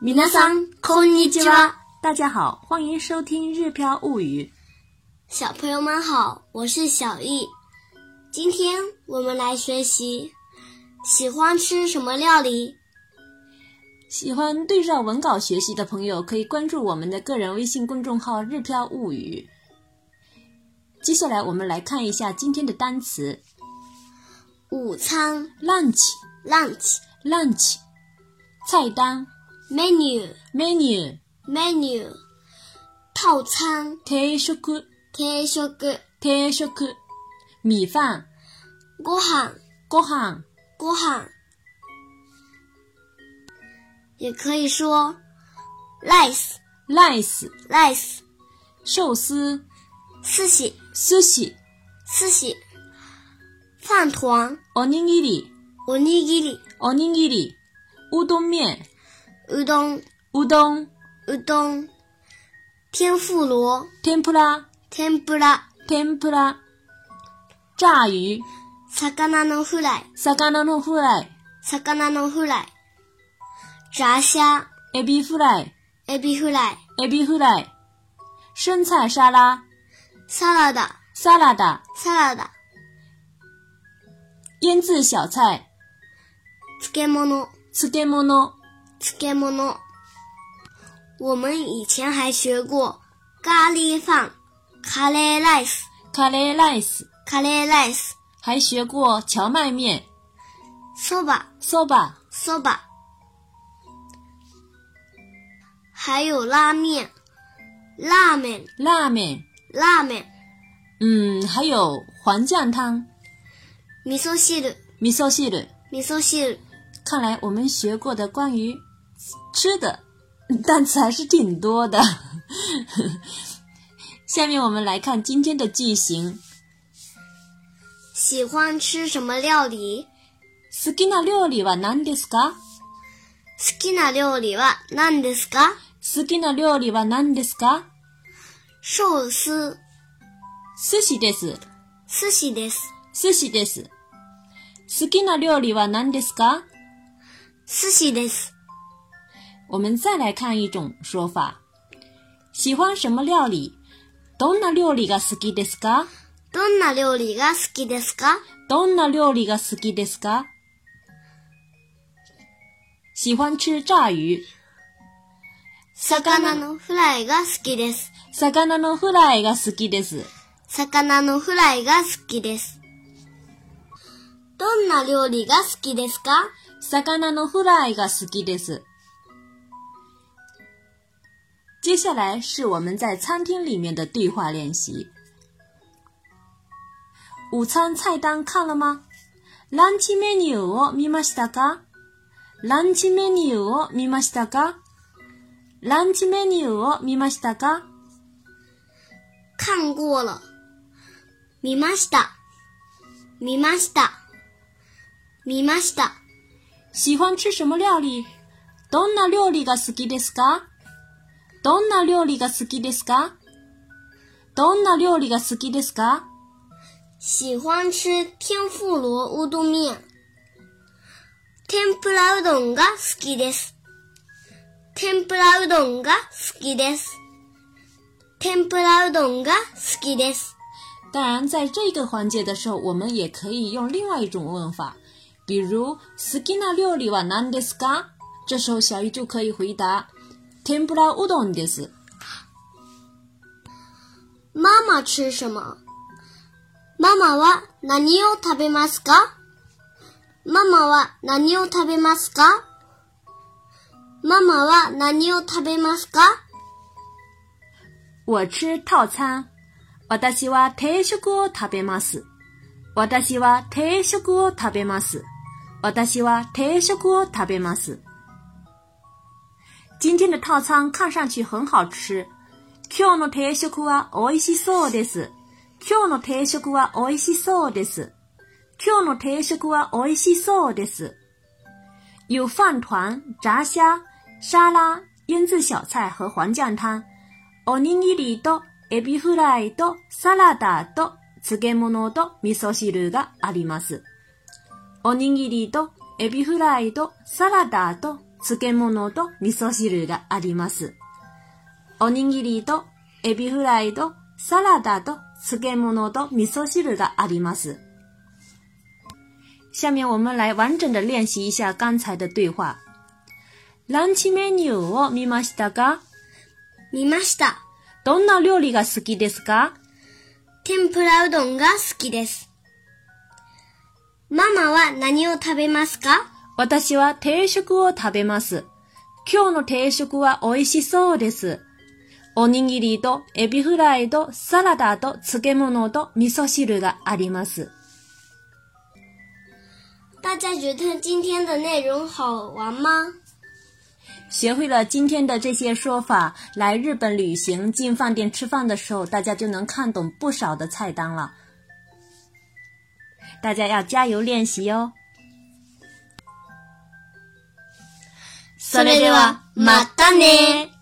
皆さんこんにちは，大家好，欢迎收听《日飘物语小朋友们好，我是小易。今天我们来学习喜欢吃什么料理。》。喜欢对照文稿学习的朋友，可以关注我们的个人微信公众号“日飘物语”。接下来，我们来看一下今天的单词午餐 lunch，lunch， lunch 菜单 menu menu， menu 套餐定食定食定食，米饭ご飯ご飯ご飯，也可以说 rice rice， rice 寿司寿司 sushi 寿司饭团 o n i g i r i おにぎり o n i g i r i 乌冬面うどん乌冬うどん天妇罗天ぷら天ぷら天ぷら炸鱼魚のフライ魚のフライ魚のフライ炸虾エビフライエビフライエビフライ生菜沙拉サラダサラダサラダ腌制小菜漬物漬物漬物。我们以前还学过咖喱饭 （curry rice）、カレーライス curry rice、还学过荞麦面そば、そばそば，还有拉面 （ramen、拉面 ramen）、嗯，还有黄酱汤味噌汁、味噌汁味噌汁。看来我们学过的关于吃的单词还是挺多的。 下面我们来看今天的句型：喜欢吃什么料理？好きな料理は何ですか？好きな料理は何ですか？好きな料理は何ですか？寿司、寿司です。寿司です。寿司です。好きな料理は何ですか？寿司です。我们再来看一种说法：喜欢什么料理？どんな料理が好きですか？どんな料理が好きですかどんな料理が好きですか？喜欢吃炸鱼。魚のフライが好きです。魚のフライが好きです。魚のフライが好きです。どんな料理が好きですか魚のフライが好きです。接下来是我们在餐厅里面的对话练习。午餐菜单看了吗？ランチメニューを見ましたか？ランチメニューを見ましたか？ランチメニューを見ましたか？看过了。見ました。見ました。見ました。喜欢吃什么料理？どんな料理が好きですか？どんな料理が好きですか？どんな料理が好きですか？喜欢吃天妇罗乌冬面。天ぷらうどんが好きです。天ぷらうどんが好きです。天ぷらうどんが好きです。当然，在这个环节的时候，我们也可以用另外一种问法，比如“好きな料理は何ですか？”这时候小姨就可以回答“天ぷらうどんですママ吃什么ママは何を食べますかママは何を食べますかママは何を食べますか”。我吃套餐。私は定食を食べます。私は定食を食べます。私は定食を食べます。今天的套餐看上去很好吃。今日の定食は美味しそうです。今日の定食は美味しそうです。今日の定食は美味しそうです。有饭团、炸虾、沙拉、腌制小菜和黄酱汤。おにぎりとエビフライとサラダと漬物と味噌汁があります。おにぎりとエビフライとサラダと漬物と味噌汁があります。おにぎりとエビフライとサラダと漬物と味噌汁があります。下面我们来完整的练习一下刚才的对话。ランチメニューを見ましたか見ました。どんな料理が好きですか天ぷらうどんが好きです。ママは何を食べますか私は定食を食べます。今日の定食は美味しそうです。おにぎりとエビフライとサラダと漬物と味噌汁があります。大家觉得今天的内容好玩吗？学会了今天的这些说法，来日本旅行进饭店吃饭的时候，大家就能看懂不少的菜单了。大家要加油练习哦。それではまたね